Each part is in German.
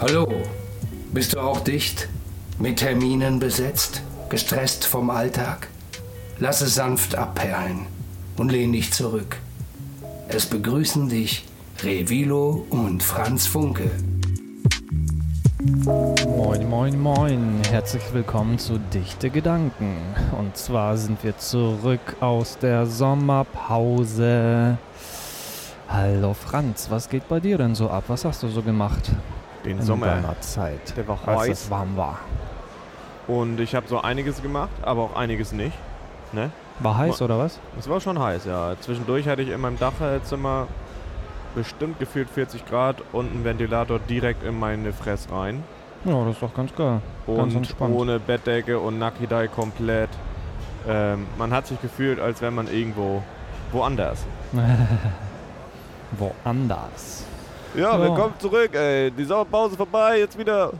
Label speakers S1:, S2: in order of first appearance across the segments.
S1: Hallo, bist du auch dicht? Mit Terminen besetzt? Gestresst vom Alltag? Lasse sanft abperlen und lehn dich zurück. Es begrüßen dich Revilo und Franz Funke.
S2: Moin, moin, moin. Herzlich willkommen zu Dichte Gedanken. Und zwar sind wir zurück aus der Sommerpause. Hallo Franz, was geht bei dir denn so ab? Was hast du so gemacht?
S3: den
S2: in
S3: Sommer.
S2: deiner Zeit,
S3: Der war
S2: als
S3: heiß
S2: es warm war.
S3: und ich habe so einiges gemacht, aber auch einiges nicht. Ne?
S2: War heiß oder was?
S3: Es war schon heiß, ja. Zwischendurch hatte ich in meinem Dachzimmer bestimmt gefühlt 40 Grad und einen Ventilator direkt in meine Fress rein.
S2: Ja, das ist doch ganz geil. ganz
S3: Und
S2: entspannt.
S3: ohne Bettdecke und Nakidai komplett. Ähm, man hat sich gefühlt, als wenn man irgendwo woanders.
S2: Woanders.
S3: Ja,
S2: Ja.
S3: willkommen zurück, ey. Die Sommerpause vorbei, jetzt wieder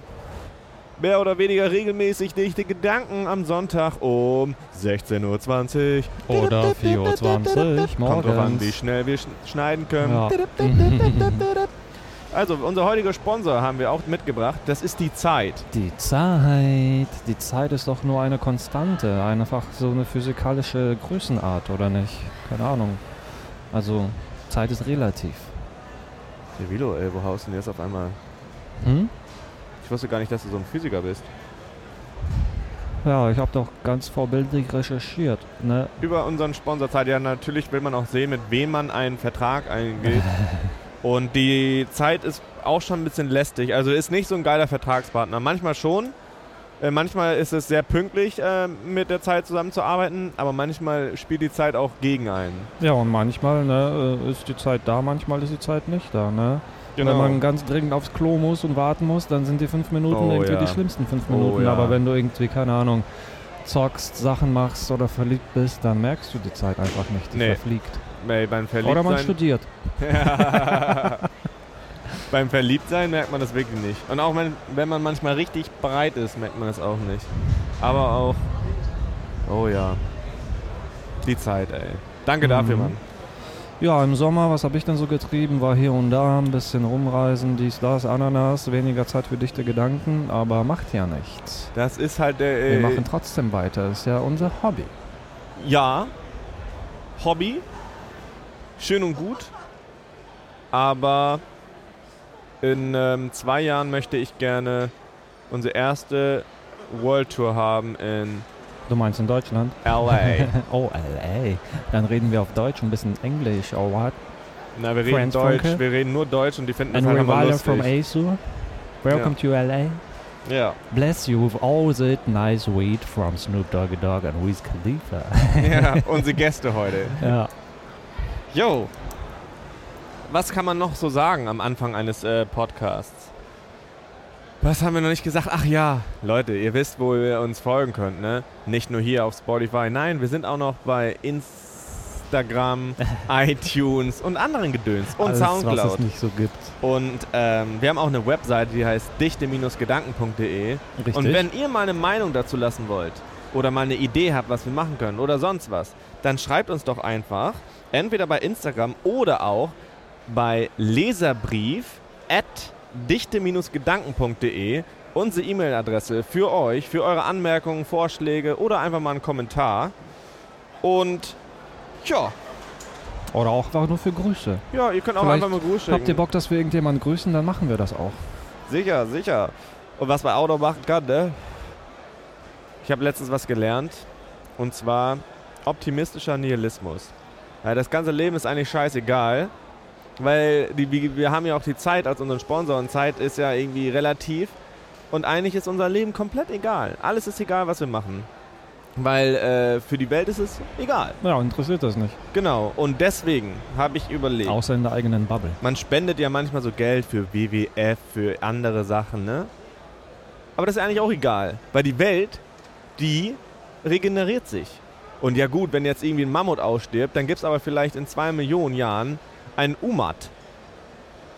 S3: mehr oder weniger regelmäßig dichte Gedanken am Sonntag um 16.20 Uhr.
S2: Oder 4.20 Uhr
S3: Kommt drauf an, wie
S2: morgens.
S3: schnell wir sch schneiden können.
S2: Ja.
S3: Mhm. Also, unser heutiger Sponsor haben wir auch mitgebracht. Das ist die Zeit.
S2: Die Zeit. Die Zeit ist doch nur eine Konstante. Einfach so eine physikalische Größenart, oder nicht? Keine Ahnung. Also, Zeit ist relativ.
S3: Revilo, ey, wo haust du denn jetzt auf einmal?
S2: Hm?
S3: Ich wusste gar nicht, dass du so ein Physiker bist.
S2: Ja, ich habe doch ganz vorbildlich recherchiert. Ne?
S3: Über unseren Sponsor Zeit. Ja, natürlich will man auch sehen, mit wem man einen Vertrag eingeht. Und die Zeit ist auch schon ein bisschen lästig. Also ist nicht so ein geiler Vertragspartner. Manchmal schon. Äh, Manchmal ist es sehr pünktlich, äh, mit der Zeit zusammenzuarbeiten, aber manchmal spielt die Zeit auch gegen einen.
S2: Ja, und manchmal ne, äh, ist die Zeit da, manchmal ist die Zeit nicht da. Ne?
S3: Genau.
S2: Wenn man ganz dringend aufs Klo muss und warten muss, dann sind die fünf Minuten
S3: Oh,
S2: irgendwie
S3: ja.
S2: die schlimmsten fünf
S3: Oh,
S2: Minuten.
S3: ja.
S2: Aber wenn du irgendwie, keine Ahnung, zockst, Sachen machst oder verliebt bist, dann merkst du die Zeit einfach nicht. Die
S3: Nee.
S2: verfliegt.
S3: Ey, beim
S2: Oder man studiert.
S3: Verliebtsein Beim Verliebtsein merkt man das wirklich nicht. Und auch wenn, wenn man manchmal richtig breit ist, merkt man das auch nicht. Aber auch. Oh ja. Die Zeit, ey. Danke dafür,
S2: Mhm.
S3: Mann.
S2: Ja, im Sommer, was habe ich denn so getrieben? War hier und da ein bisschen rumreisen, dies, das, Ananas, weniger Zeit für dichte Gedanken, aber macht ja nichts.
S3: Das ist halt der.
S2: Wir
S3: äh,
S2: machen trotzdem weiter, ist ja unser Hobby.
S3: ja. Hobby. Schön und gut. Aber in ähm, zwei Jahren möchte ich gerne unsere erste World Tour haben in
S2: Du meinst in Deutschland?
S3: LA.
S2: Oh, LA. Dann reden wir auf Deutsch, ein bisschen Englisch, oh what?
S3: Na, wir reden
S2: Franz
S3: Deutsch,
S2: Funke.
S3: wir reden nur Deutsch und die finden
S2: And
S3: das halt immer
S2: Reviler from
S3: lustig.
S2: ASU. Welcome to LA.
S3: Ja.
S2: Bless you with all that nice weed from Snoop Doggy Dogg and Wiz Khalifa.
S3: ja, unsere Gäste heute.
S2: ja.
S3: Yo, was kann man noch so sagen am Anfang eines äh, Podcasts? Was haben wir noch nicht gesagt? Ach ja, Leute, ihr wisst, wo ihr uns folgen könnt, ne? Nicht nur hier auf Spotify, nein, wir sind auch noch bei Instagram, iTunes und anderen Gedöns und
S2: Alles, was es
S3: Soundcloud.
S2: nicht so gibt.
S3: Und ähm, wir haben auch eine Webseite, die heißt dichte-gedanken.de.
S2: Richtig.
S3: Und wenn ihr mal eine Meinung dazu lassen wollt oder mal eine Idee habt, was wir machen können oder sonst was, dann schreibt uns doch einfach entweder bei Instagram oder auch bei leserbrief at dichte-gedanken.de unsere E-Mail-Adresse für euch, für eure Anmerkungen, Vorschläge oder einfach mal einen Kommentar. Und ja,
S2: Oder auch einfach nur für Grüße.
S3: ja ihr könnt auch
S2: Vielleicht
S3: einfach mal Gruß schicken.
S2: Habt ihr Bock, dass wir irgendjemanden grüßen, dann machen wir das auch.
S3: Sicher, sicher. Und was man auch noch machen kann, ne? Ich habe letztens was gelernt. Und zwar optimistischer Nihilismus. Ja, das ganze Leben ist eigentlich scheißegal. Weil die, wir- wir haben ja auch die Zeit als unseren Sponsor und Zeit ist ja irgendwie relativ. Und eigentlich ist unser Leben komplett egal. Alles ist egal, was wir machen. Weil äh, für die Welt ist es egal.
S2: Ja, interessiert das nicht.
S3: Genau. Und deswegen habe ich überlegt.
S2: Außer in der eigenen Bubble.
S3: Man spendet ja manchmal so Geld für WWF, für andere Sachen, ne? Aber das ist eigentlich auch egal, weil die Welt, die regeneriert sich. Und ja gut, wenn jetzt irgendwie ein Mammut ausstirbt, dann gibt es aber vielleicht in zwei Millionen Jahren einen Umat.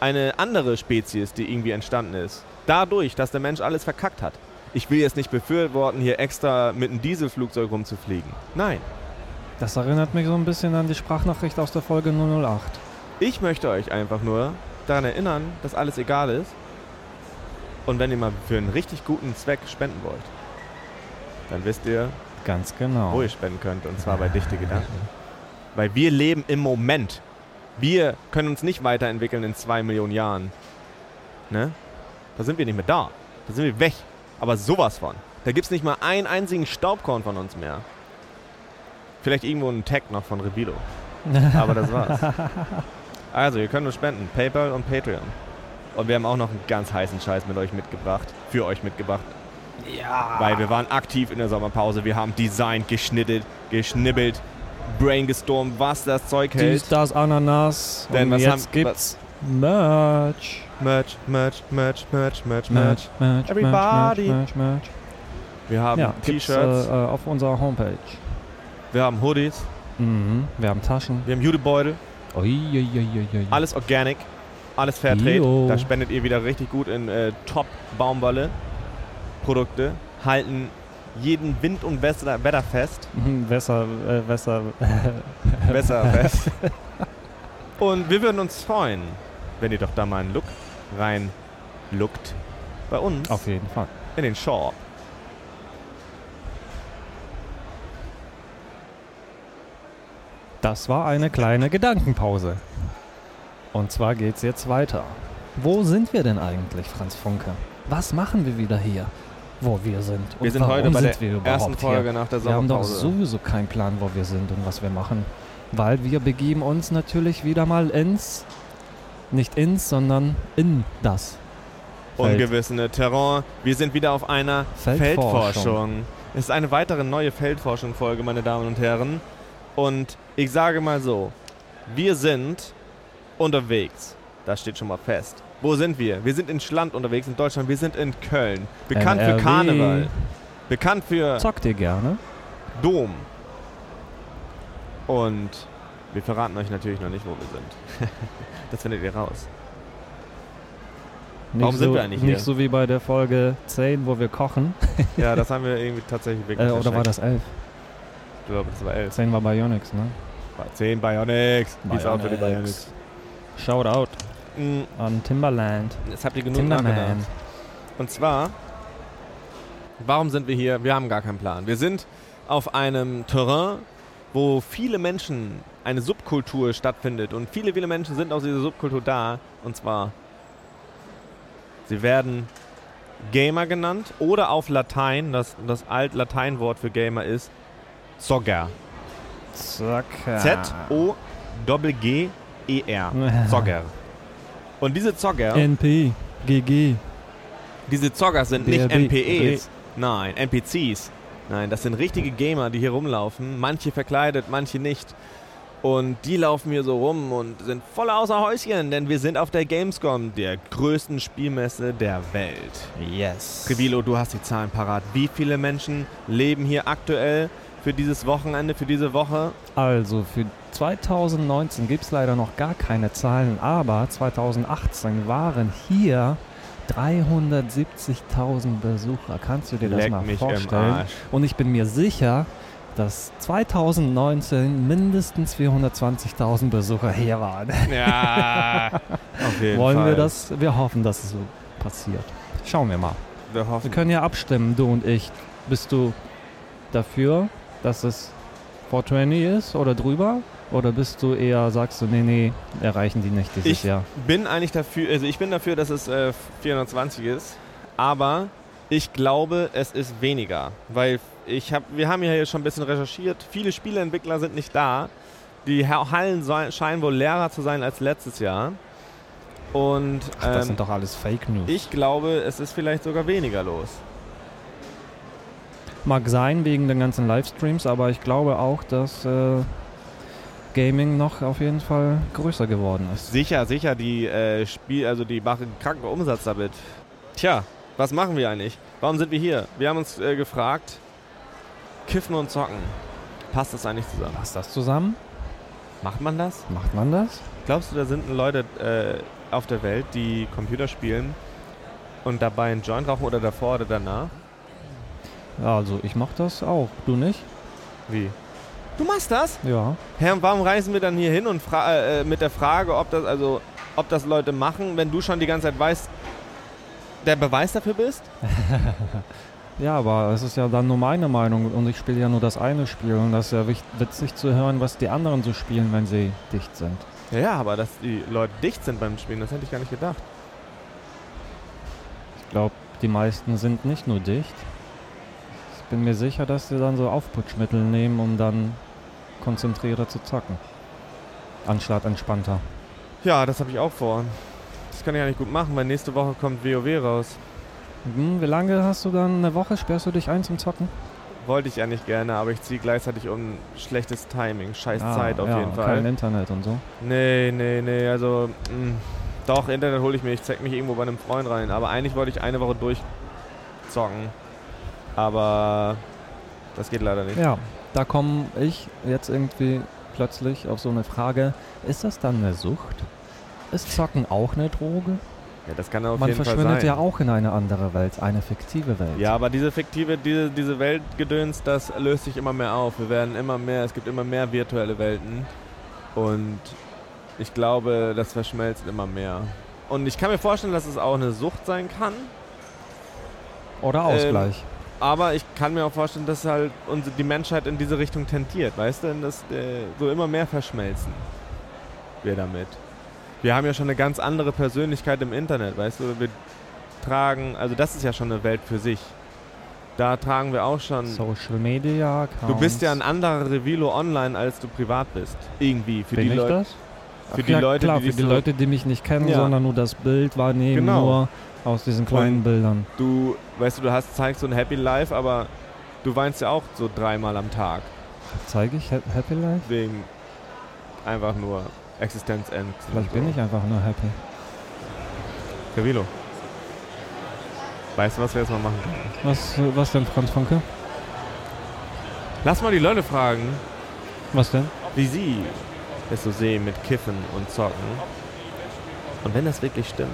S3: Eine andere Spezies, die irgendwie entstanden ist. Dadurch, dass der Mensch alles verkackt hat. Ich will jetzt nicht befürworten, hier extra mit einem Dieselflugzeug rumzufliegen. Nein.
S2: Das erinnert mich so ein bisschen an die Sprachnachricht aus der Folge 008.
S3: Ich möchte euch einfach nur daran erinnern, dass alles egal ist. Und wenn ihr mal für einen richtig guten Zweck spenden wollt, dann wisst ihr,
S2: Ganz genau.
S3: wo ihr spenden könnt. Und zwar bei Dichte Gedanken. Weil wir leben im Moment. Wir können uns nicht weiterentwickeln in zwei Millionen Jahren. Ne? Da sind wir nicht mehr da. Da sind wir weg. Aber sowas von. Da gibt es nicht mal einen einzigen Staubkorn von uns mehr. Vielleicht irgendwo einen Tag noch von Revilo. Aber das war's. Also, ihr könnt uns spenden. PayPal und Patreon. Und wir haben auch noch einen ganz heißen Scheiß mit euch mitgebracht. Für euch mitgebracht.
S1: Ja.
S3: Weil wir waren aktiv in der Sommerpause. Wir haben designt, geschnittet, geschnibbelt, brainstormt, was das Zeug hält.
S2: Dies, das, Ananas.
S3: Denn
S2: und
S3: was
S2: jetzt
S3: haben-
S2: gibt's Merch.
S3: Merch, Merch, Merch, Merch, Merch, Merch.
S2: Merch, Merch,
S3: Everybody.
S2: Merch, Merch, Merch.
S3: Wir haben
S2: Ja, gibt's,
S3: T-Shirts,
S2: äh, äh, auf unserer Homepage.
S3: wir haben Hoodies,
S2: Mhm. Wir haben Taschen.
S3: wir haben Judebeutel.
S2: Mhm. Uiuiuiui.
S3: Alles organic, alles Fairtrade.
S2: Jo.
S3: Da spendet ihr wieder richtig gut in äh, Top Baumwolle Produkte. Halten jeden Wind und Wetter, Wetter fest.
S2: Wässer, äh, Wässer.
S3: Besser fest. Und wir würden uns freuen, wenn ihr doch da mal einen Look rein lookt bei uns
S2: Auf jeden Fall.
S3: in den Shop.
S2: Das war eine kleine Gedankenpause. Und zwar geht's jetzt weiter. Wo sind wir denn eigentlich, Franz Funke? Was machen wir wieder hier, wo wir sind? Und
S3: wir sind
S2: warum
S3: heute bei
S2: sind wir
S3: der
S2: überhaupt
S3: ersten Folge
S2: hier?
S3: nach der
S2: Wir haben doch
S3: Sommerpause.
S2: sowieso keinen Plan, wo wir sind und was wir machen. Weil wir begeben uns natürlich wieder mal ins, nicht ins, sondern in das. Feld.
S3: Ungewissene äh, Terrain. Wir sind wieder auf einer
S2: Feldforschung.
S3: Feldforschung. Es ist eine weitere neue Feldforschung-Folge, meine Damen und Herren. Und ich sage mal so, wir sind unterwegs. Das steht schon mal fest. Wo sind wir? Wir sind in Schland unterwegs, in Deutschland. Wir sind in Köln. Bekannt
S2: NRW.
S3: für Karneval. Bekannt für
S2: Zockt ihr gerne?
S3: Dom. Und wir verraten euch natürlich noch nicht, wo wir sind. das findet ihr raus.
S2: Nicht
S3: Warum
S2: so,
S3: sind wir eigentlich
S2: Nicht
S3: hier?
S2: so wie bei der Folge 10, wo wir kochen.
S3: Ja, das haben wir irgendwie tatsächlich wirklich
S2: Äh, oder war
S3: verschenkt.
S2: das 11?
S3: Ich glaube, das war elf.
S2: 10 war Bionics, ne?
S3: 10 Bionics. Peace out für die
S2: Bionics.
S3: Bionics.
S2: Shout out
S3: Mm,
S2: an Timberland.
S3: Jetzt habt ihr genug
S2: Timberman.
S3: nachgedacht. Und zwar, warum sind wir hier? Wir haben gar keinen Plan. Wir sind auf einem Terrain, wo viele Menschen, eine Subkultur stattfindet. Und viele, viele Menschen sind aus dieser Subkultur da. Und zwar, sie werden Gamer genannt oder auf Latein, das, das Alt-Lateinwort für Gamer ist Zogger.
S2: Zocker.
S3: Z-O-G-G-E-R. E Zogger. Und diese Zogger,
S2: NP. GG.
S3: diese Zogger sind nicht E.
S2: BRB.
S3: NPEs, nein, NPCs. Nein, das sind richtige Gamer, die hier rumlaufen. Manche verkleidet, manche nicht. Und die laufen hier so rum und sind voll außer Häuschen, denn wir sind auf der Gamescom, der größten Spielmesse der Welt.
S2: Yes.
S3: Revilo, du hast die Zahlen parat. Wie viele Menschen leben hier aktuell für dieses Wochenende, für diese Woche?
S2: Also für 2019 gibt es leider noch gar keine Zahlen, aber 2018 waren hier 370.000 Besucher. Kannst du dir das
S3: Leck
S2: mal
S3: mich im
S2: vorstellen?
S3: Arsch.
S2: Und ich bin mir sicher, dass 2019 mindestens 420.000 Besucher hier waren.
S3: Ja, auf jeden
S2: Wollen
S3: Fall.
S2: wir das? Wir hoffen, dass es so passiert. Schauen wir mal.
S3: Wir
S2: Wir
S3: hoffen.
S2: können ja abstimmen, du und ich. Bist du dafür, dass es 420 ist oder drüber? Oder bist du eher, sagst du, nee, nee, erreichen die nicht dieses
S3: Ich-
S2: Jahr?
S3: bin eigentlich dafür, also ich bin dafür, dass es äh, 420 ist, aber ich glaube, es ist weniger, weil ich hab, wir haben ja hier schon ein bisschen recherchiert, viele Spieleentwickler sind nicht da, die Ha- Hallen so- scheinen wohl leerer zu sein als letztes Jahr und
S2: Ach, das
S3: ähm,
S2: sind doch alles Fake News.
S3: ich glaube, es ist vielleicht sogar weniger los.
S2: Mag sein wegen den ganzen Livestreams, aber ich glaube auch, dass äh, Gaming noch auf jeden Fall größer geworden ist.
S3: Sicher, sicher, die äh, Spiel, also die machen kranken Umsatz damit. Tja, was machen wir eigentlich? Warum sind wir hier? Wir haben uns äh, gefragt, kiffen und zocken. Passt das eigentlich zusammen?
S2: Passt das zusammen?
S3: Macht man das?
S2: Macht man das?
S3: Glaubst du, da sind Leute äh, auf der Welt, die Computer spielen und dabei einen Joint rauchen oder davor oder danach?
S2: Also, ich mach das auch. Du nicht?
S3: Wie? Du machst das?
S2: Ja.
S3: Herr, warum reisen wir dann hier hin und fra äh, äh, mit der Frage, ob das also ob das Leute machen, wenn du schon die ganze Zeit weißt, der Beweis dafür bist?
S2: Ja, aber es ist ja dann nur meine Meinung und ich spiele ja nur das eine Spiel und das ist ja wich- witzig zu hören, was die anderen so spielen, wenn sie dicht sind.
S3: Ja, ja, aber dass die Leute dicht sind beim Spielen, das hätte ich gar nicht gedacht.
S2: Ich glaube, die meisten sind nicht nur dicht. Ich bin mir sicher, dass sie dann so Aufputschmittel nehmen, um dann konzentrierter zu zocken. Anstatt entspannter.
S3: Ja, das habe ich auch vor. Das kann ich ja nicht gut machen, weil nächste Woche kommt WoW raus.
S2: Hm, wie lange hast du dann? Eine Woche sperrst du dich ein zum Zocken?
S3: Wollte ich ja nicht gerne, aber ich ziehe gleichzeitig um schlechtes Timing, scheiß
S2: Ah,
S3: Zeit auf
S2: ja,
S3: jeden
S2: und
S3: Fall.
S2: Kein Internet und so.
S3: Nee, nee, nee, also mh, doch, Internet hole ich mir, ich zeig mich irgendwo bei einem Freund rein, aber eigentlich wollte ich eine Woche durchzocken. Aber das geht leider nicht.
S2: Ja, da komme ich jetzt irgendwie plötzlich auf so eine Frage. Ist das dann eine Sucht? Ist Zocken auch eine Droge?
S3: Ja, das kann auf
S2: Man
S3: jeden Fall sein.
S2: verschwindet ja auch in eine andere Welt, eine fiktive Welt.
S3: Ja, aber diese fiktive, diese, diese Weltgedöns, das löst sich immer mehr auf. Wir werden immer mehr, es gibt immer mehr virtuelle Welten. Und ich glaube, das verschmelzt immer mehr. Und ich kann mir vorstellen, dass es auch eine Sucht sein kann.
S2: Oder
S3: Ähm,
S2: Ausgleich.
S3: Aber ich kann mir auch vorstellen, dass halt unsere, die Menschheit in diese Richtung tendiert, weißt du? Und Dass äh, so immer mehr verschmelzen wir damit. Wir haben ja schon eine ganz andere Persönlichkeit im Internet, weißt du? Wir tragen, also das ist ja schon eine Welt für sich. Da tragen wir auch schon.
S2: Social Media. Accounts.
S3: hm. Du bist ja ein anderer Revilo online, als du privat bist. Irgendwie. Für
S2: Bin
S3: die
S2: ich
S3: Leute.
S2: das?
S3: Für
S2: Ach,
S3: die
S2: ja,
S3: Leute,
S2: klar,
S3: die
S2: für
S3: dich
S2: die
S3: so-
S2: Leute, die mich nicht kennen,
S3: Ja.
S2: sondern nur das Bild wahrnehmen,
S3: Genau.
S2: nur aus diesen kleinen Bildern.
S3: Du, weißt du, du hast, zeigst so ein Happy Life, aber du weinst ja auch so dreimal am Tag.
S2: Zeige ich Ha- Happy Life?
S3: Wegen einfach nur Existenzängsten.
S2: Vielleicht bin ich einfach nur happy.
S3: Revilo. Weißt du, was wir jetzt mal machen können?
S2: Was, äh, was denn, Franz Funke?
S3: Lass mal die Leute fragen,
S2: Was denn?
S3: wie sie es so sehen mit Kiffen und Zocken. Und wenn das wirklich stimmt,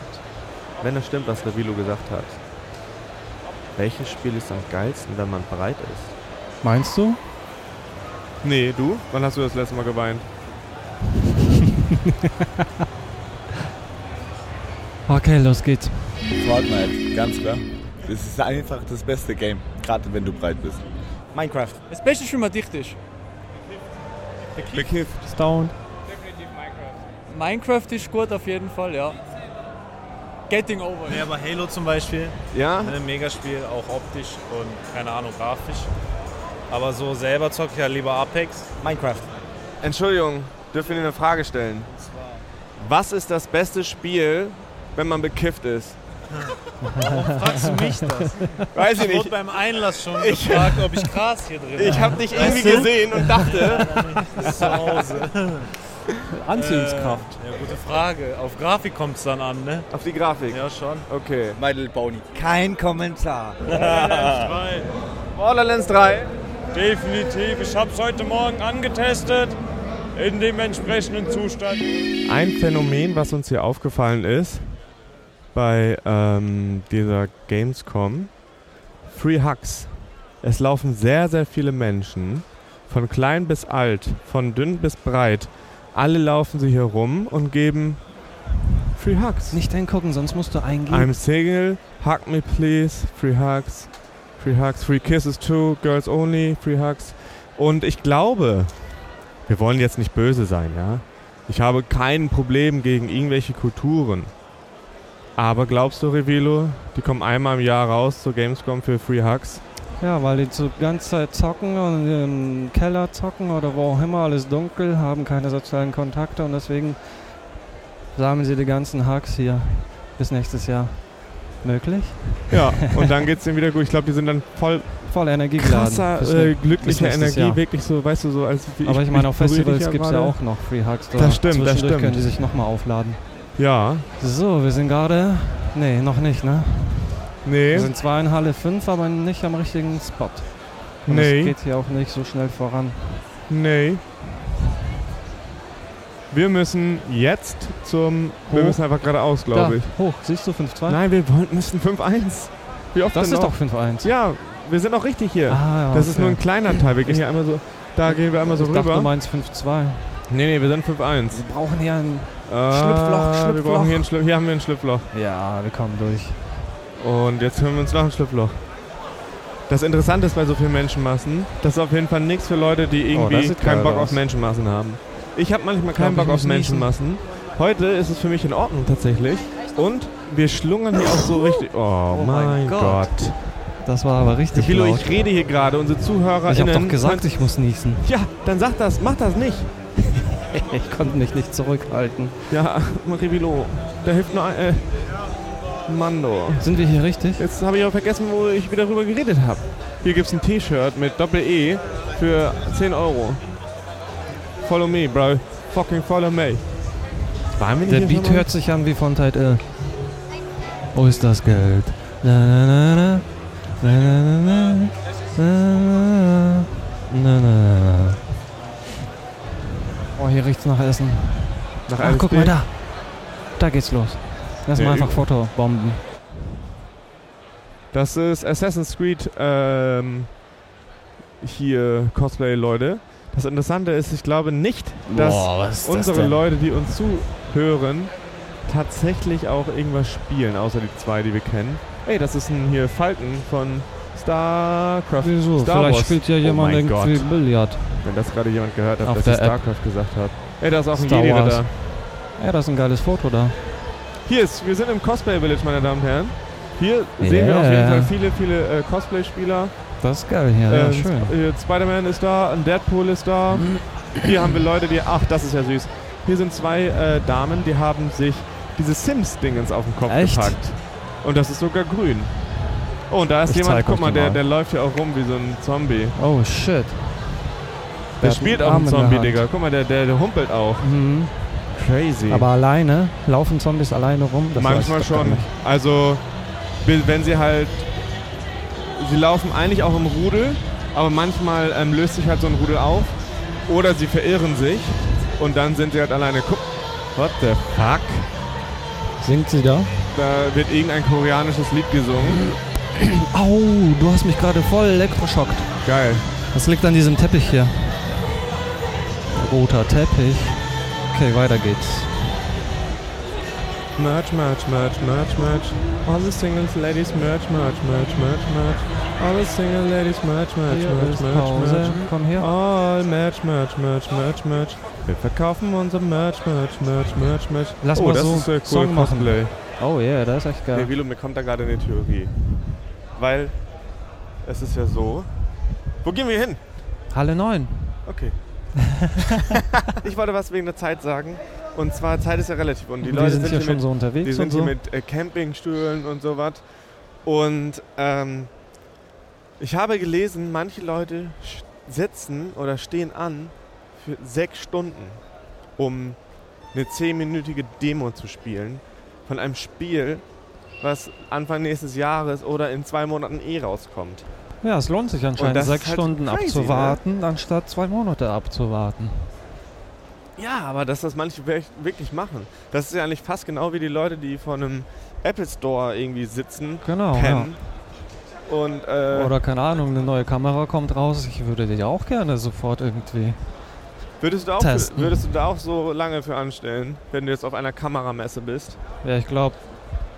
S3: wenn das stimmt, was Revilo gesagt hat, welches Spiel ist am geilsten, wenn man bereit ist?
S2: Meinst du?
S3: Nee, du? Wann hast du das letzte Mal geweint?
S2: Okay, los geht's.
S4: Fortnite, ganz klar. Das ist einfach das beste Game, gerade wenn du breit bist.
S5: Minecraft. Das Beste Spiel, mal dicht ist.
S4: Bekifft.
S2: Stone.
S5: Minecraft ist gut auf jeden Fall, ja. Getting over.
S6: Ja, aber Halo zum Beispiel,
S3: Ja?
S6: ne, Megaspiel, auch optisch und keine Ahnung, grafisch. Aber so selber zocke ich ja lieber Apex.
S5: Minecraft.
S3: Entschuldigung, dürfen wir Ihnen eine Frage stellen? Was ist das beste Spiel, wenn man bekifft ist?
S6: Fragst du mich das?
S3: Weiß ich
S6: Ich
S3: nicht.
S6: wurde beim Einlass schon gefragt, ob ich Gras hier drin
S3: Ich habe dich irgendwie gesehen und dachte,
S6: habe zu Hause.
S2: Anziehungskraft.
S6: Äh, ja, gute Frage. Auf Grafik kommt es dann an, ne?
S3: auf die Grafik.
S6: Ja, schon.
S3: Okay.
S4: My Little Pony.
S7: Kein Kommentar.
S6: Weil
S3: Borderlands 3.
S6: definitiv, ich habe es heute Morgen angetestet. In dem entsprechenden Zustand.
S3: Ein Phänomen, was uns hier aufgefallen ist bei ähm, dieser Gamescom, Free Hugs. Es laufen sehr, sehr viele Menschen, von klein bis alt, von dünn bis breit. Alle laufen sie hier rum und geben Free Hugs.
S2: Nicht hingucken, sonst musst du eingehen.
S3: I'm single, hug me please, free hugs, free hugs, free kisses too, girls only, free hugs. Und ich glaube, wir wollen jetzt nicht böse sein, ja? Ich habe kein Problem gegen irgendwelche Kulturen. Aber glaubst du, Revilo, die kommen einmal im Jahr raus zur Gamescom für Free Hugs?
S2: Ja, weil die zur ganze Zeit zocken und im Keller zocken oder wo auch immer, alles dunkel, haben keine sozialen Kontakte und deswegen sammeln sie die ganzen Hacks hier bis nächstes Jahr. Möglich?
S3: Ja, und dann geht's denen wieder gut. Ich glaube, die sind dann voll
S2: Voll Energie geladen.
S3: krasser,
S2: Bis
S3: äh,
S2: ne- bis
S3: glücklicher
S2: nächstes
S3: Energie,
S2: Jahr.
S3: wirklich so, weißt du, so als wie
S2: Aber ich, meine, auf
S3: berühre dich
S2: Festivals gibt es ja
S3: gerade.
S2: auch noch Free Hugs. Da
S3: Das stimmt, das
S2: zwischendurch
S3: stimmt.
S2: können die sich nochmal aufladen.
S3: Ja,
S2: So, wir sind gerade... Nee, noch nicht, ne?
S3: nee,
S2: Wir sind zwar in Halle 5, aber nicht am richtigen Spot. Und es
S3: nee.
S2: geht hier auch nicht so schnell voran.
S3: Nee. Wir müssen jetzt zum. Wir
S2: Hoch.
S3: müssen einfach geradeaus, glaube ich.
S2: da, hoch, siehst du 5-2?
S3: Nein, wir wollten, müssen 5-1. Wie oft
S2: das
S3: denn
S2: ist doch
S3: noch?
S2: 5-1.
S3: Ja, wir sind auch richtig hier.
S2: Ah, ja,
S3: Das ist
S2: okay.
S3: nur ein kleiner Teil. Wir gehen hier einmal so. Da gehen wir einmal so
S2: ich dachte, du
S3: rüber.
S2: meinst 5-2.
S3: Nee, nee, wir sind 5-1.
S2: Wir brauchen hier einen Schlupfloch, Schlupfloch.
S3: Wir brauchen hier, ein Schlupf, hier haben wir ein Schlupfloch.
S2: Ja, wir kommen durch.
S3: Und jetzt hören wir uns noch ein Schlupfloch. Das Interessante ist bei so vielen Menschenmassen, das ist auf jeden Fall nichts für Leute, die
S2: Oh, das
S3: irgendwie
S2: sieht
S3: keinen
S2: geil
S3: Bock
S2: aus.
S3: auf Menschenmassen haben. Ich habe manchmal keinen
S2: glaub, ich
S3: Bock auf
S2: muss niesen.
S3: Menschenmassen. Heute ist es für mich in Ordnung tatsächlich. Und wir schlungern hier auch so richtig. Oh,
S2: Oh mein
S3: mein,
S2: Gott.
S3: Gott.
S2: Das war aber richtig
S3: Bilo,
S2: laut.
S3: ich rede hier gerade. Unsere Zuhörer.
S2: Ich hab doch gesagt, ich muss niesen.
S3: Ja, dann sag das. Mach das nicht.
S2: Ich konnte mich nicht zurückhalten.
S3: Ja, Marie Bilo. Da hilft nur ein. Äh, Mando.
S2: Sind wir hier richtig?
S3: Jetzt habe ich auch vergessen, wo ich wieder drüber geredet habe. Hier gibt es ein T-Shirt mit Doppel-E für 10 Euro. Follow me, bro. Fucking follow me. Waren wir nicht
S2: Der
S3: hier
S2: Beat
S3: schon mal?
S2: hört sich an wie von Tide Ill. Wo ist das Geld? Na, na, na, na. Na, na, na, na. Na, na, na, na. Na, na, na. Oh, hier riecht's nach Essen.
S3: Nach
S2: Ach,
S3: LSD?
S2: Ah, guck mal da. Da geht's los. Lass
S3: Ja,
S2: mal einfach Fotobomben.
S3: Das ist Assassin's Creed ähm, hier Cosplay-Leute. Das Interessante ist, ich glaube nicht, dass
S2: was
S3: unsere Leute, die uns zuhören, tatsächlich auch irgendwas spielen, außer die zwei, die wir kennen. Ey, das ist ein hier Falken von StarCraft.
S2: Wieso?
S3: Star
S2: Vielleicht
S3: Wars.
S2: spielt ja
S3: Oh
S2: jemand
S3: mein
S2: irgendwie Billard.
S3: Wenn das gerade jemand gehört hat,
S2: Auf
S3: dass
S2: der
S3: ich
S2: App.
S3: StarCraft gesagt habe. Ey, da ist auch ein
S2: Star
S3: Jedi
S2: Wars.
S3: da.
S2: Ja, das ist ein geiles Foto da.
S3: Hier ist, wir sind im Cosplay Village, meine Damen und Herren. Hier sehen wir
S2: Yeah.
S3: auf jeden Fall viele, viele äh, Cosplay-Spieler.
S2: Das ist geil hier. Ja,
S3: Ähm,
S2: schön.
S3: Sp- äh, Spider-Man ist da, ein Deadpool ist da. Hier haben wir Leute, die. Ach, das ist ja süß. Hier sind zwei äh, Damen, die haben sich dieses Sims-Dingens auf den Kopf
S2: Echt?
S3: gepackt. Und das ist sogar grün. Oh, und da ist
S2: Ich
S3: jemand,
S2: zeig
S3: guck
S2: euch
S3: mal,
S2: die
S3: der,
S2: mal.
S3: der läuft hier auch rum wie so ein Zombie.
S2: Oh shit.
S3: Der
S2: hat
S3: spielt
S2: einen
S3: auch
S2: Arm
S3: ein
S2: in der
S3: Zombie,
S2: Hand.
S3: Digga. Guck mal, der, der, der humpelt auch.
S2: Mhm.
S3: Crazy.
S2: Aber alleine? Laufen Zombies alleine rum? Das weiß ich
S3: Manchmal
S2: doch gar
S3: schon.
S2: nicht.
S3: Also, bi- wenn sie halt. Sie laufen eigentlich auch im Rudel, aber manchmal ähm, löst sich halt so ein Rudel auf. Oder sie verirren sich und dann sind sie halt alleine. Guck, what the fuck?
S2: Singt sie da?
S3: Da wird irgendein koreanisches Lied gesungen.
S2: Au, du hast mich gerade voll elektroschockt.
S3: Geil.
S2: Das liegt an diesem Teppich hier. Roter Teppich. Okay, weiter geht's.
S3: Merch, merch, merch, merch, merch. All the singles, ladies, merch, merch, merch, merch, merch. All the single ladies, merch, merch,
S2: Hier
S3: merch,
S2: ist
S3: merch, merch.
S2: Pause. Komm her.
S3: All Merch, Merch, Merch, Merch, Merch. Wir verkaufen unser Merch, Merch, Merch, Merch, Merch.
S2: Lass
S3: oh,
S2: mal
S3: das
S2: so
S3: ist, äh, cool
S2: Song machen.
S3: Cosplay.
S2: Oh yeah, das ist echt
S8: Nee,
S2: geil.
S8: Vilo, mir kommt da gerade eine Theorie. Weil es ist ja so. Wo gehen wir hin?
S2: Halle 9.
S8: Okay. ich wollte was wegen der Zeit sagen. Und zwar, Zeit ist ja relativ. Und die
S2: wir
S8: Leute
S2: sind, hier
S8: hier
S2: schon
S8: mit,
S2: so
S8: die
S2: unterwegs und
S8: sind
S2: so.
S8: hier mit äh, Campingstühlen und sowas. Und ähm, ich habe gelesen, manche Leute sch- sitzen oder stehen an für sechs Stunden, um eine zehnminütige Demo zu spielen von einem Spiel, was Anfang nächstes Jahres oder in zwei Monaten eh rauskommt.
S2: Ja, es lohnt sich
S8: Und
S2: anscheinend,
S8: das ist
S2: sechs
S8: halt
S2: Stunden
S8: crazy,
S2: abzuwarten, anstatt zwei Monate abzuwarten.
S8: Ja, aber dass das manche wir- wirklich machen. Das ist ja eigentlich fast genau wie die Leute, die vor einem Apple Store irgendwie sitzen,
S2: Genau. Ja.
S8: pennen und äh,
S2: Oder keine Ahnung, eine neue Kamera kommt raus. Ich würde die auch gerne sofort irgendwie.
S3: Würdest du, auch,
S2: Testen.
S3: würdest du da auch so lange für anstellen, wenn du jetzt auf einer Kameramesse bist?
S2: Ja, ich glaube,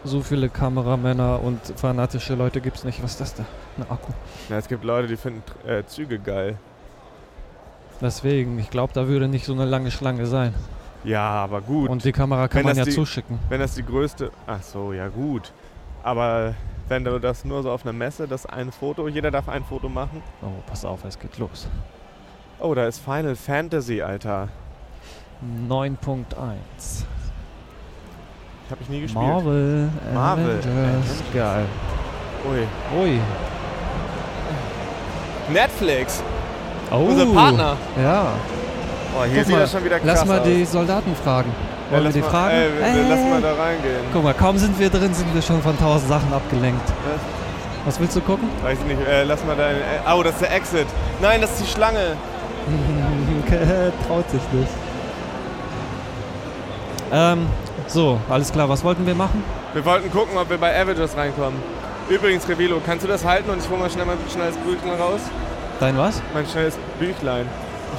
S2: so viele Kameramänner und fanatische Leute gibt's nicht. Was ist das da? Ein Akku.
S3: Na, es gibt Leute, die finden Tr- äh, Züge geil.
S2: Deswegen, ich glaube, da würde nicht so eine lange Schlange sein.
S3: Ja, aber gut.
S2: Und die Kamera kann
S3: Wenn
S2: man ja
S3: das die-
S2: zuschicken.
S3: wenn das die größte... Ach so, ja gut. Aber wenn du das nur so auf einer Messe, das ein Foto, jeder darf ein Foto machen.
S2: Oh, pass auf, es geht los.
S3: Oh, da ist Final Fantasy, Alter.
S2: 9.1.
S3: Hab ich nie gespielt.
S2: Marvel.
S3: Marvel
S2: Avengers. Geil.
S3: Ui.
S2: Ui.
S8: Netflix.
S2: Oh.
S8: Unser Partner.
S2: Ja.
S8: Oh, hier
S2: Guck
S8: sieht
S2: mal,
S8: das schon wieder krass
S2: Lass mal
S8: aus.
S2: die Soldaten fragen.
S3: Ja,
S2: Wollen wir
S3: lass
S2: die
S3: mal, äh,
S2: fragen? Äh.
S3: Ey,
S2: Ey,
S3: lass
S2: ey,
S3: mal
S2: ey.
S3: da reingehen.
S2: Guck mal, kaum sind wir drin, sind wir schon von tausend Sachen abgelenkt. Was willst du gucken?
S3: Weiß ich nicht, äh, lass mal da. Äh, oh, das ist der Exit. Nein, das ist die Schlange.
S2: Traut sich nicht. Ähm, so, alles klar, was wollten wir machen?
S3: Wir wollten gucken, ob wir bei Avengers reinkommen. Übrigens, Revilo, kannst du das halten und ich hole mal schnell mein schnelles Büchlein raus?
S2: Dein was?
S3: Mein schnelles Büchlein.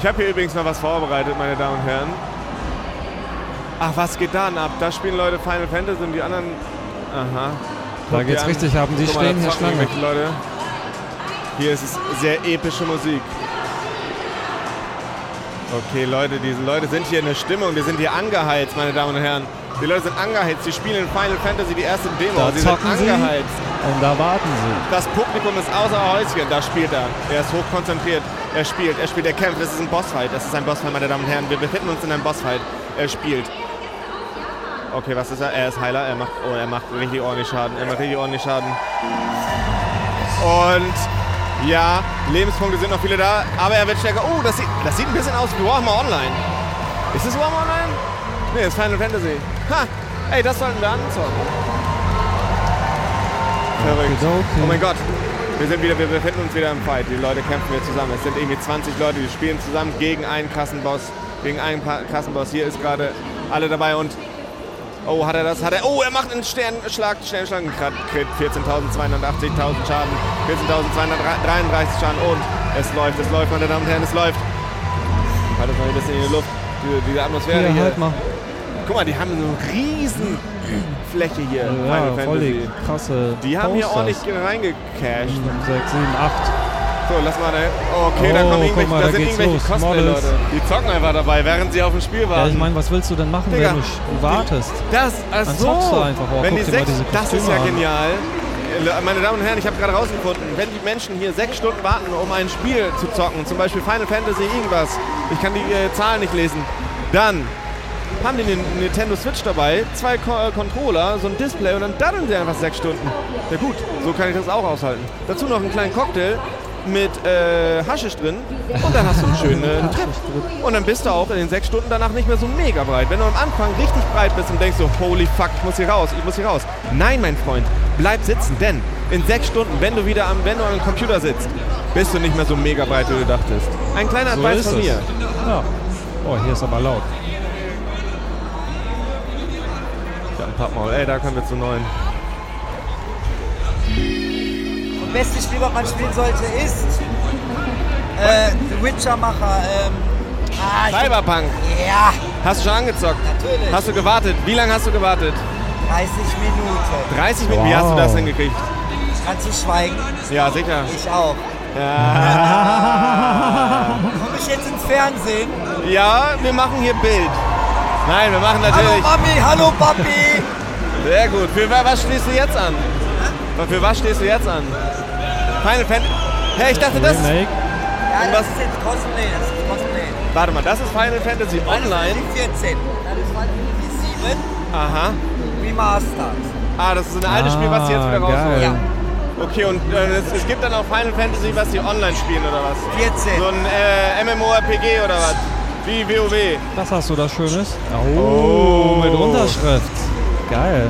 S3: Ich habe hier übrigens noch was vorbereitet, meine Damen und Herren. Ach, was geht da denn ab? Da spielen Leute Final Fantasy und die anderen. Aha.
S2: Da
S3: Guck
S2: geht's
S3: dir an.
S2: richtig ab und die
S3: Guck mal,
S2: stehen
S3: da
S2: hier
S3: zocken
S2: Schlange.
S3: irgendwelche Leute. Hier ist es sehr epische Musik. Okay, Leute, diese Leute sind hier in der Stimmung. Wir sind hier angeheizt, meine Damen und Herren. Die Leute sind angeheizt. Sie spielen in Final Fantasy die erste Demo.
S2: Da
S3: sie sind
S2: zocken sie.
S3: angeheizt.
S2: Und da warten sie.
S3: Das Publikum ist außer Häuschen. Da spielt er. Er ist hochkonzentriert. Er spielt. Er spielt. Er kämpft. Das ist ein Bossfight. Das ist ein Bossfight, meine Damen und Herren. Wir befinden uns in einem Bossfight. Er spielt. Okay, was ist er? Er ist Heiler. Er macht, oh, er macht richtig ordentlich Schaden. Er macht richtig ordentlich Schaden. Und ja, Lebenspunkte sind noch viele da. Aber er wird stärker. Oh, das sieht, das sieht ein bisschen aus wie Warhammer Online. Ist das Warhammer Online? Nee, das ist Final Fantasy. Ha! Ey, das sollten wir anzocken. Verrückt.
S2: Okidoki.
S3: Oh mein Gott. Wir, sind wieder, wir befinden uns wieder im Fight. Die Leute kämpfen wir zusammen. Es sind irgendwie 20 Leute, die spielen zusammen gegen einen krassen Boss. Gegen einen pa- krassen Boss. Hier ist gerade alle dabei und. Oh, hat er das? Hat er. Oh, er macht einen Sternschlag. Sternschlag. Crit 14.280.000 Schaden. 14.233 Schaden. Und es läuft, es läuft, meine Damen und Herren, es läuft. Halt das mal ein bisschen in die Luft. Diese, diese Atmosphäre
S2: Hier,
S3: hier.
S2: halt mal.
S3: Guck mal, die haben so eine riesen Fläche hier. Final
S2: Ja, voll die
S3: Fantasy.
S2: krasse
S3: Die haben hier
S2: Posters.
S3: ordentlich reingecashed.
S2: 6, 7, 8.
S3: So, lass mal da hin. Okay, da
S2: Oh,
S3: kommen
S2: guck
S3: irgendwelche,
S2: mal,
S3: da
S2: da
S3: sind
S2: geht's
S3: irgendwelche
S2: los. Models.
S3: Cosplay-Leute. Die zocken einfach dabei, während sie auf dem Spiel
S2: Ja,
S3: warten.
S2: ich meine, was willst du denn machen,
S3: Digga.
S2: wenn du sch- wartest?
S3: Das,
S2: Dann
S3: also
S2: zockst du einfach. Oh,
S3: wenn
S2: guck
S3: die
S2: dir mal
S3: sechs,
S2: diese
S3: das ist ja
S2: Kostüme an.
S3: genial. Äh, Meine Damen und Herren, ich habe gerade rausgefunden, wenn die Menschen hier sechs Stunden warten, um ein Spiel zu zocken, zum Beispiel Final Fantasy irgendwas, ich kann die äh, Zahlen nicht lesen, dann haben die eine Nintendo Switch dabei, zwei Ko äh, Controller, so ein Display und dann daddeln sie einfach sechs Stunden. Ja gut, so kann ich das auch aushalten. Dazu noch einen kleinen Cocktail mit äh, Haschisch drin und dann hast du einen schönen Trip. Und dann bist du auch in den sechs Stunden danach nicht mehr so mega breit. Wenn du am Anfang richtig breit bist und denkst so, holy fuck, ich muss hier raus, ich muss hier raus. Nein, mein Freund, bleib sitzen, denn in sechs Stunden, wenn du wieder am, wenn du am Computer sitzt, bist du nicht mehr so mega breit, wie du dachtest. Ein kleiner
S2: So
S3: Advice
S2: ist
S3: von
S2: es.
S3: mir.
S2: Ja. Oh, hier ist aber laut.
S3: Ja, pack mal, ey, da kommen wir zu neun.
S9: beste Spiel, was man spielen sollte, ist äh, The Witcher-Macher. Ähm, ah, ich-
S3: Cyberpunk,
S9: ja,
S3: hast du schon angezockt?
S9: natürlich.
S3: Hast du gewartet? Wie lange hast du gewartet?
S9: 30 Minuten.
S3: 30 Minuten, wie hast du das hingekriegt?
S9: Kannst du schweigen?
S3: Ja, sicher.
S9: Ich auch. Komme ich jetzt ins Fernsehen?
S3: Ja, wir machen hier Bild. Nein, wir machen
S9: Hallo
S3: natürlich.
S9: Mami, hallo Papi!
S3: Sehr gut. Für wa- was stehst du jetzt an? Für was stehst du jetzt an? Final Fantasy. Hey, ich dachte, das ist.
S2: Remake.
S9: Ja,
S3: was-
S9: das ist jetzt Cosplay, das ist Cosplay.
S3: Warte mal, das ist Final Fantasy Online.
S9: Die 14. Das ist Final Fantasy
S3: Aha.
S9: 7 Remastered.
S3: Ah, das ist ein altes Spiel, was sie jetzt wieder
S2: Ah, geil.
S3: rausholen.
S9: Ja,
S3: Okay, und äh, es, es gibt dann auch Final Fantasy, was sie online spielen oder was?
S9: 14.
S3: So ein äh, MMORPG oder was? Wie WoW.
S2: Das hast du, das Schönes. Oh, mit Unterschrift. Geil.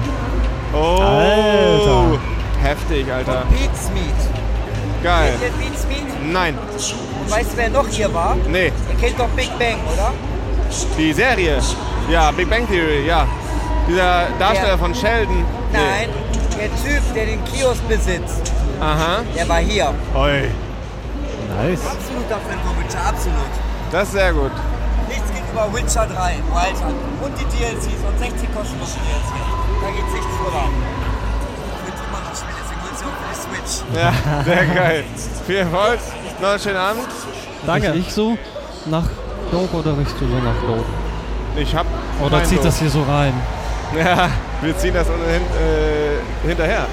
S3: Oh.
S2: Alter.
S3: Heftig, Alter.
S9: Beats Meet.
S3: Geil.
S9: Kennt ihr Beats Meet?
S3: Nein.
S9: Weißt du, wer noch hier war?
S3: Nee.
S9: Ihr kennt doch Big Bang, oder?
S3: Die Serie. Ja, Big Bang Theory, ja. Dieser Darsteller
S9: Ja.
S3: von Sheldon. Nee.
S9: Nein, der Typ, der den Kiosk besitzt,
S3: Aha.
S9: der war hier.
S3: Oi.
S2: Nice.
S9: Absolut dafür Witcher, absolut.
S3: Das ist sehr gut.
S9: Nichts gegenüber Witcher 3, Walter. Und die DLCs und 60 kostenlose DLCs. Da geht's nichts drüber. Ich will immer noch spielen, deswegen holst du auch für die Switch.
S3: Ja, sehr geil. Viel Erfolg. Noch einen schönen Abend.
S2: Danke. Ich so nach Dope oder riechst du so nach Dope?
S3: Ich hab.
S2: Oder
S3: mein
S2: Oh, zieht
S3: Lob.
S2: das hier so rein?
S3: Ja, wir ziehen das ohnehin, äh, hinterher.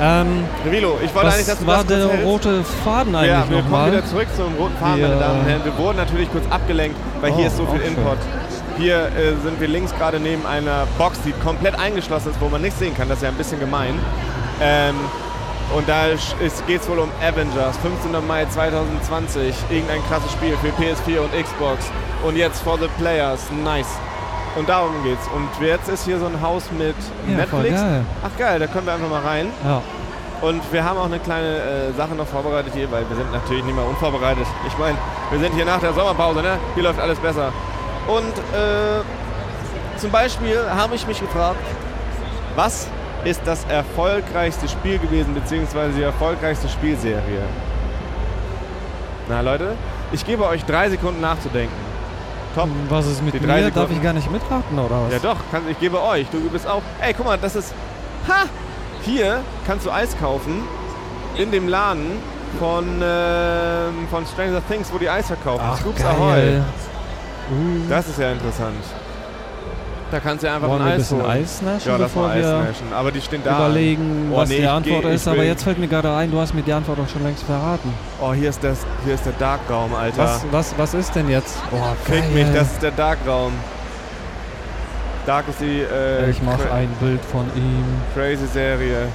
S2: Ähm,
S3: Revilo, ich wollte eigentlich, dass
S2: was
S3: du
S2: war
S3: das kurz
S2: der
S3: hältst.
S2: rote Faden
S3: Ja,
S2: eigentlich
S3: wir kommen
S2: nochmal?
S3: wieder zurück zum roten Faden, meine
S2: Ja.
S3: Damen und Herren. Wir wurden natürlich kurz abgelenkt, weil hier
S2: Oh,
S3: ist so viel
S2: auch schön.
S3: Input. Hier äh, sind wir links gerade neben einer Box, die komplett eingeschlossen ist, wo man nichts sehen kann. Das ist ja ein bisschen gemein. Ähm, und da geht es wohl um Avengers, 15. Mai 2020. Irgendein krasses Spiel für PS4 und Xbox. Und jetzt for the players. Nice. Und darum geht's. Und jetzt ist hier so ein Haus mit
S2: Ja, voll
S3: Netflix.
S2: geil.
S3: Ach geil, da können wir einfach mal rein.
S2: Ja.
S3: Und wir haben auch eine kleine äh, Sache noch vorbereitet hier, weil wir sind natürlich nicht mehr unvorbereitet. Ich meine, wir sind hier nach der Sommerpause, ne? Hier läuft alles besser. Und äh, zum Beispiel habe ich mich gefragt, was ist das erfolgreichste Spiel gewesen, beziehungsweise die erfolgreichste Spielserie? Na Leute, ich gebe euch drei Sekunden nachzudenken. Top.
S2: Was ist mit
S3: Die drei
S2: mir? Darf
S3: Sekunden.
S2: ich gar nicht mitraten, oder was?
S3: Ja doch, kann, ich gebe euch. Du gibst auch. Ey, guck mal, das ist. Ha! Hier kannst du Eis kaufen in dem Laden von, ähm, von Stranger Things, wo die Eis verkaufen.
S2: Ach,
S3: Scoops
S2: geil.
S3: Ahoy. Das ist ja interessant. Da kannst du einfach
S2: Wollen wir
S3: ein
S2: ein
S3: Eis
S2: bisschen
S3: holen.
S2: Eis naschen,
S3: ja, lass
S2: bevor
S3: mal Eis
S2: wir
S3: naschen. Aber die stehen da.
S2: überlegen,
S3: Oh,
S2: was
S3: nee,
S2: die
S3: ich
S2: Antwort
S3: geh- ich
S2: ist? Aber
S3: will-
S2: jetzt fällt mir gerade ein, du hast mir die Antwort auch schon längst verraten.
S3: Oh, hier ist, das, hier ist der Dark Raum, Alter.
S2: Was, was, was ist denn jetzt? Oh,
S3: Fick
S2: geil.
S3: mich, das ist der Dark Raum. Dark ist die äh,
S2: ich mache
S3: cra-
S2: ein Bild von ihm.
S3: crazy Serie.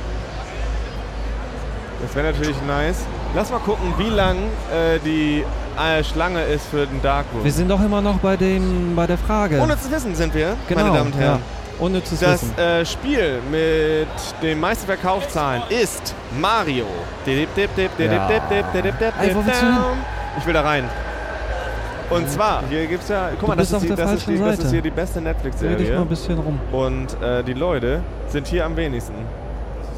S3: Das wäre natürlich nice. Lass mal gucken, wie lang äh, die äh, Schlange ist für den Dark Room.
S2: Wir sind doch immer noch bei dem, bei der Frage.
S3: Ohne zu wissen sind wir,
S2: genau,
S3: meine Damen und Herren.
S2: Ja. Unnützes
S3: Das
S2: Wissen.
S3: äh, Spiel mit den meisten Verkaufszahlen ist Mario. Dip, dip, dip, dip, dip,
S2: Ja.
S3: dip, dip, dip, dip, dip,
S2: Ey, wo
S3: dip,
S2: willst du hin?
S3: down. Ich will da rein. Und zwar, hier gibt's ja, guck mal, das
S2: bist
S3: ist,
S2: auf
S3: die,
S2: der
S3: das, ist die,
S2: falschen
S3: das ist
S2: Seite.
S3: hier die beste
S2: Dreh dich mal
S3: Netflix-Serie.
S2: ein bisschen rum.
S3: Und äh, die Leute sind hier am wenigsten.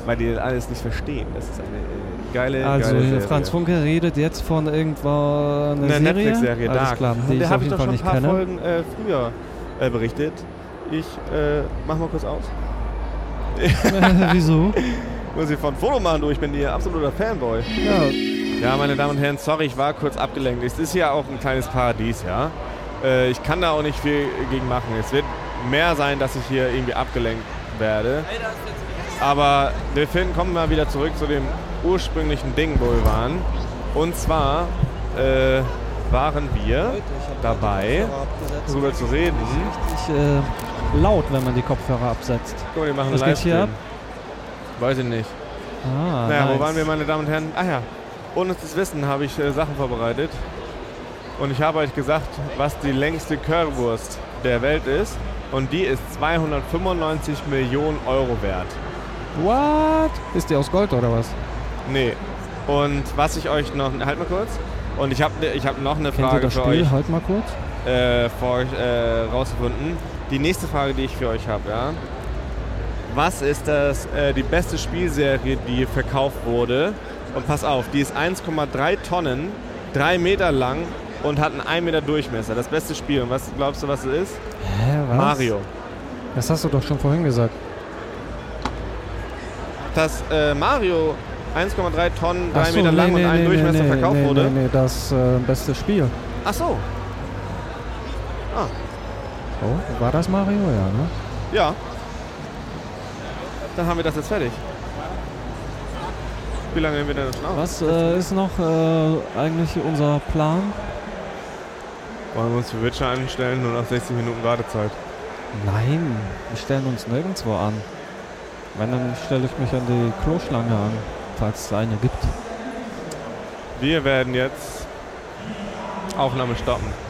S3: Weil die alles nicht verstehen. Das ist eine äh, geile,
S2: Also,
S3: geile Serie.
S2: Franz Funke redet jetzt von irgendwo einer
S3: Eine
S2: Serie.
S3: Netflix-Serie,
S2: Alles
S3: Dark.
S2: klar,
S3: Von
S2: die
S3: der
S2: ich
S3: hab
S2: auf
S3: ich
S2: jeden Fall
S3: doch schon ein
S2: nicht
S3: paar
S2: kenne.
S3: Folgen äh, früher äh, berichtet. Ich äh, mach mal kurz aus.
S2: Wieso?
S3: Muss ich von Foto machen, du. Ich bin hier absoluter Fanboy.
S2: Ja,
S3: Ja, meine Damen und Herren, sorry, ich war kurz abgelenkt. Es ist ja auch ein kleines Paradies, ja. Äh, ich kann da auch nicht viel gegen machen. Es wird mehr sein, dass ich hier irgendwie abgelenkt werde. Aber wir finden, kommen mal wieder zurück zu dem ursprünglichen Ding, wo wir waren. Und zwar äh, waren wir dabei, darüber zu reden.
S2: ich, äh, laut, wenn man die Kopfhörer absetzt.
S3: Guck mal, die machen
S2: Was geht hier
S3: Livestream. Weiß ich nicht.
S2: Ah,
S3: Naja,
S2: nice.
S3: wo waren wir, meine Damen und Herren? Ach ja, ohne zu wissen habe ich äh, Sachen vorbereitet. Und ich habe euch gesagt, was die längste Currywurst der Welt ist. Und die ist 295 Millionen Euro wert.
S2: What? Ist die aus Gold oder was?
S3: Nee. Und was ich euch noch... Halt mal kurz. Und ich habe ich hab noch eine
S2: Kennt ihr
S3: Frage
S2: das
S3: für
S2: Spiel?
S3: euch
S2: Halt mal kurz.
S3: äh, vor, äh, rausgefunden. Die nächste Frage, die ich für euch habe, ja. Was ist das, äh, die beste Spielserie, die verkauft wurde? Und pass auf, die ist 1,3 Tonnen, 3 Meter lang und hat einen 1 Meter Durchmesser. Das beste Spiel. Und was glaubst du, was es ist?
S2: Hä, was?
S3: Mario.
S2: Das hast du doch schon vorhin gesagt.
S3: Dass äh, Mario 1,3 Tonnen, 3
S2: Ach so,
S3: Meter lang
S2: nee,
S3: und
S2: nee,
S3: 1
S2: nee,
S3: Durchmesser
S2: nee,
S3: verkauft
S2: nee,
S3: wurde.
S2: Nee, nee, das äh, beste Spiel.
S3: Ach so,
S2: Oh, war das Mario? Ja, ne?
S3: ja. Dann haben wir das jetzt fertig. Wie lange haben wir denn schon auf?
S2: Was äh, ist noch äh, eigentlich unser Plan?
S3: Wollen wir uns für Witcher anstellen und auf 60 Minuten Wartezeit?
S2: Nein, wir stellen uns nirgendwo an. Wenn, dann stelle ich mich an die Kloschlange an, falls es eine gibt.
S3: Wir werden jetzt Aufnahme stoppen.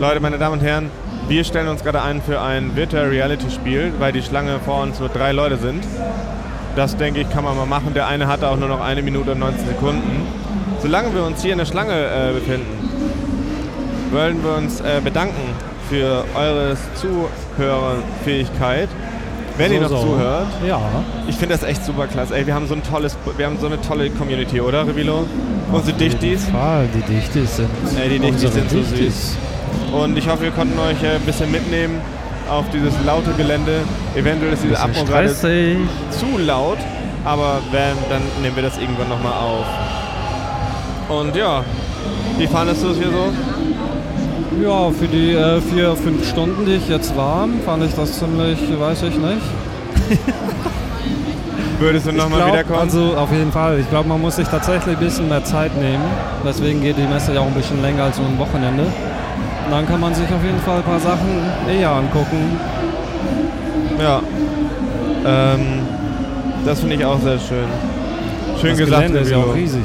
S3: Leute, meine Damen und Herren, wir stellen uns gerade ein für ein Virtual Reality Spiel, weil die Schlange vor uns nur drei Leute sind. Das denke ich, kann man mal machen. Der eine hatte auch nur noch eine Minute und 19 Sekunden. Solange wir uns hier in der Schlange äh, befinden, wollen wir uns äh, bedanken für eure Zuhörerfähigkeit. Wenn ihr noch
S2: So, so.
S3: zuhört,
S2: Ja.
S3: Ich finde das echt super klasse. Ey, wir haben so ein tolles, wir haben so eine tolle Community, oder Revilo? Unsere Dichtis.
S2: Ah, die Dichtis sind.
S3: Ey, die Dichtis
S2: unsere
S3: sind so
S2: Dichtis.
S3: Und ich hoffe, wir konnten euch äh, ein bisschen mitnehmen auf dieses laute Gelände. Eventuell ist diese Abmod gerade
S2: Stressig.
S3: zu laut, aber wenn, dann nehmen wir das irgendwann nochmal auf. Und ja, wie fandest du es hier so?
S2: Ja, für die äh, vier, fünf Stunden, die ich jetzt war, fand ich das ziemlich, weiß ich nicht.
S3: Würdest du
S2: Ich
S3: nochmal
S2: glaub,
S3: wiederkommen?
S2: Also auf jeden Fall. Ich glaube, man muss sich tatsächlich ein bisschen mehr Zeit nehmen. Deswegen geht die Messe ja auch ein bisschen länger als so ein Wochenende. Und dann kann man sich auf jeden Fall ein paar Sachen eher angucken.
S3: ja. Ähm, das finde ich auch sehr schön. Schön
S2: das
S3: gesagt,
S2: Gelände ist ja
S3: Revilo.
S2: auch riesig.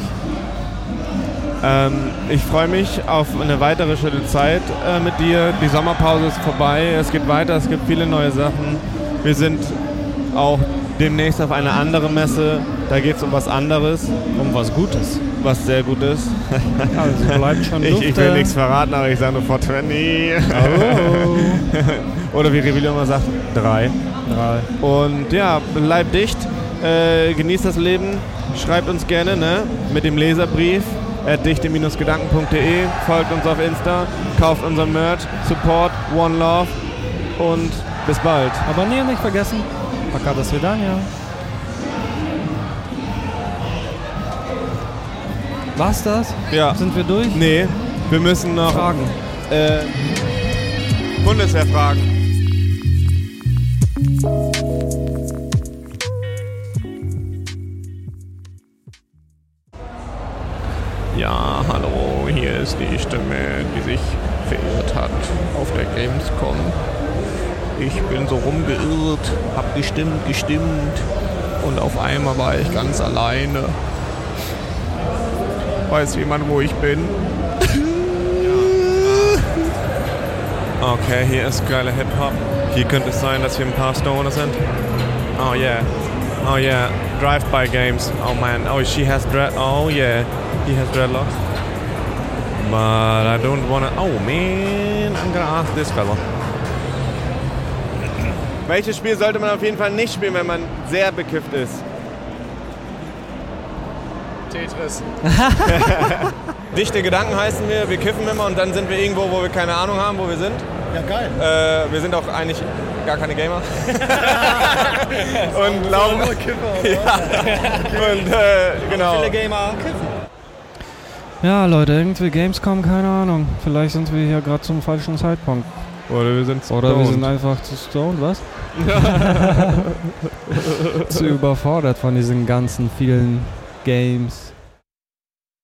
S3: Ähm, ich freue mich auf eine weitere schöne Zeit äh, mit dir. Die Sommerpause ist vorbei. Es geht weiter. Es gibt viele neue Sachen. Wir sind auch demnächst auf einer anderen Messe. Da geht es um was anderes,
S2: Um was Gutes.
S3: was sehr gut ist.
S2: Also bleibt schon
S3: Ich,
S2: Luft.
S3: ich will
S2: äh,
S3: nichts verraten, aber ich sage nur 420.
S2: Oh,
S3: Oder wie Revillo immer sagt, drei.
S2: drei.
S3: Und ja, bleib dicht, äh, genießt das Leben, schreibt uns gerne ne? mit dem Leserbrief at dichte-gedanken.de. Folgt uns auf Insta, kauft unser Merch, Support, One Love und bis bald.
S2: Abonnieren nicht vergessen. Пока, до свидания. War's das?
S3: Ja,
S2: Sind wir durch?
S3: nee, wir müssen noch
S2: Fragen.
S3: Äh, Bundeswehr fragen.
S10: Ja, hallo, hier ist die Stimme, die sich verirrt hat auf der Gamescom. Ich bin so rumgeirrt, hab gestimmt, gestimmt und auf einmal war ich ganz alleine. Weiß jemand, wo ich bin?
S3: Okay, hier ist geiler Hip-Hop. Hier könnte es sein, dass hier ein paar Stoner sind. Oh yeah. Oh yeah. Drive-by-Games. Oh man. Oh, she has dread... Oh yeah. He has dreadlocks. But I don't wanna... Oh man. I'm gonna ask this fella.
S11: Welches Spiel sollte man auf jeden Fall nicht spielen, wenn man sehr bekifft ist?
S12: Tetris.
S11: Dichte Gedanken heißen wir, wir kiffen immer und dann sind wir irgendwo, wo wir keine Ahnung haben, wo wir sind.
S13: Ja, geil.
S11: Äh, wir sind auch eigentlich gar keine Gamer. und laufen. Und äh, genau.
S14: Gamer.
S2: Ja, Leute, irgendwie Gamescom, keine Ahnung. Vielleicht sind wir hier gerade zum falschen Zeitpunkt.
S3: Oder wir sind
S2: Oder wir sind einfach zu stoned, was? zu überfordert von diesen ganzen vielen Games.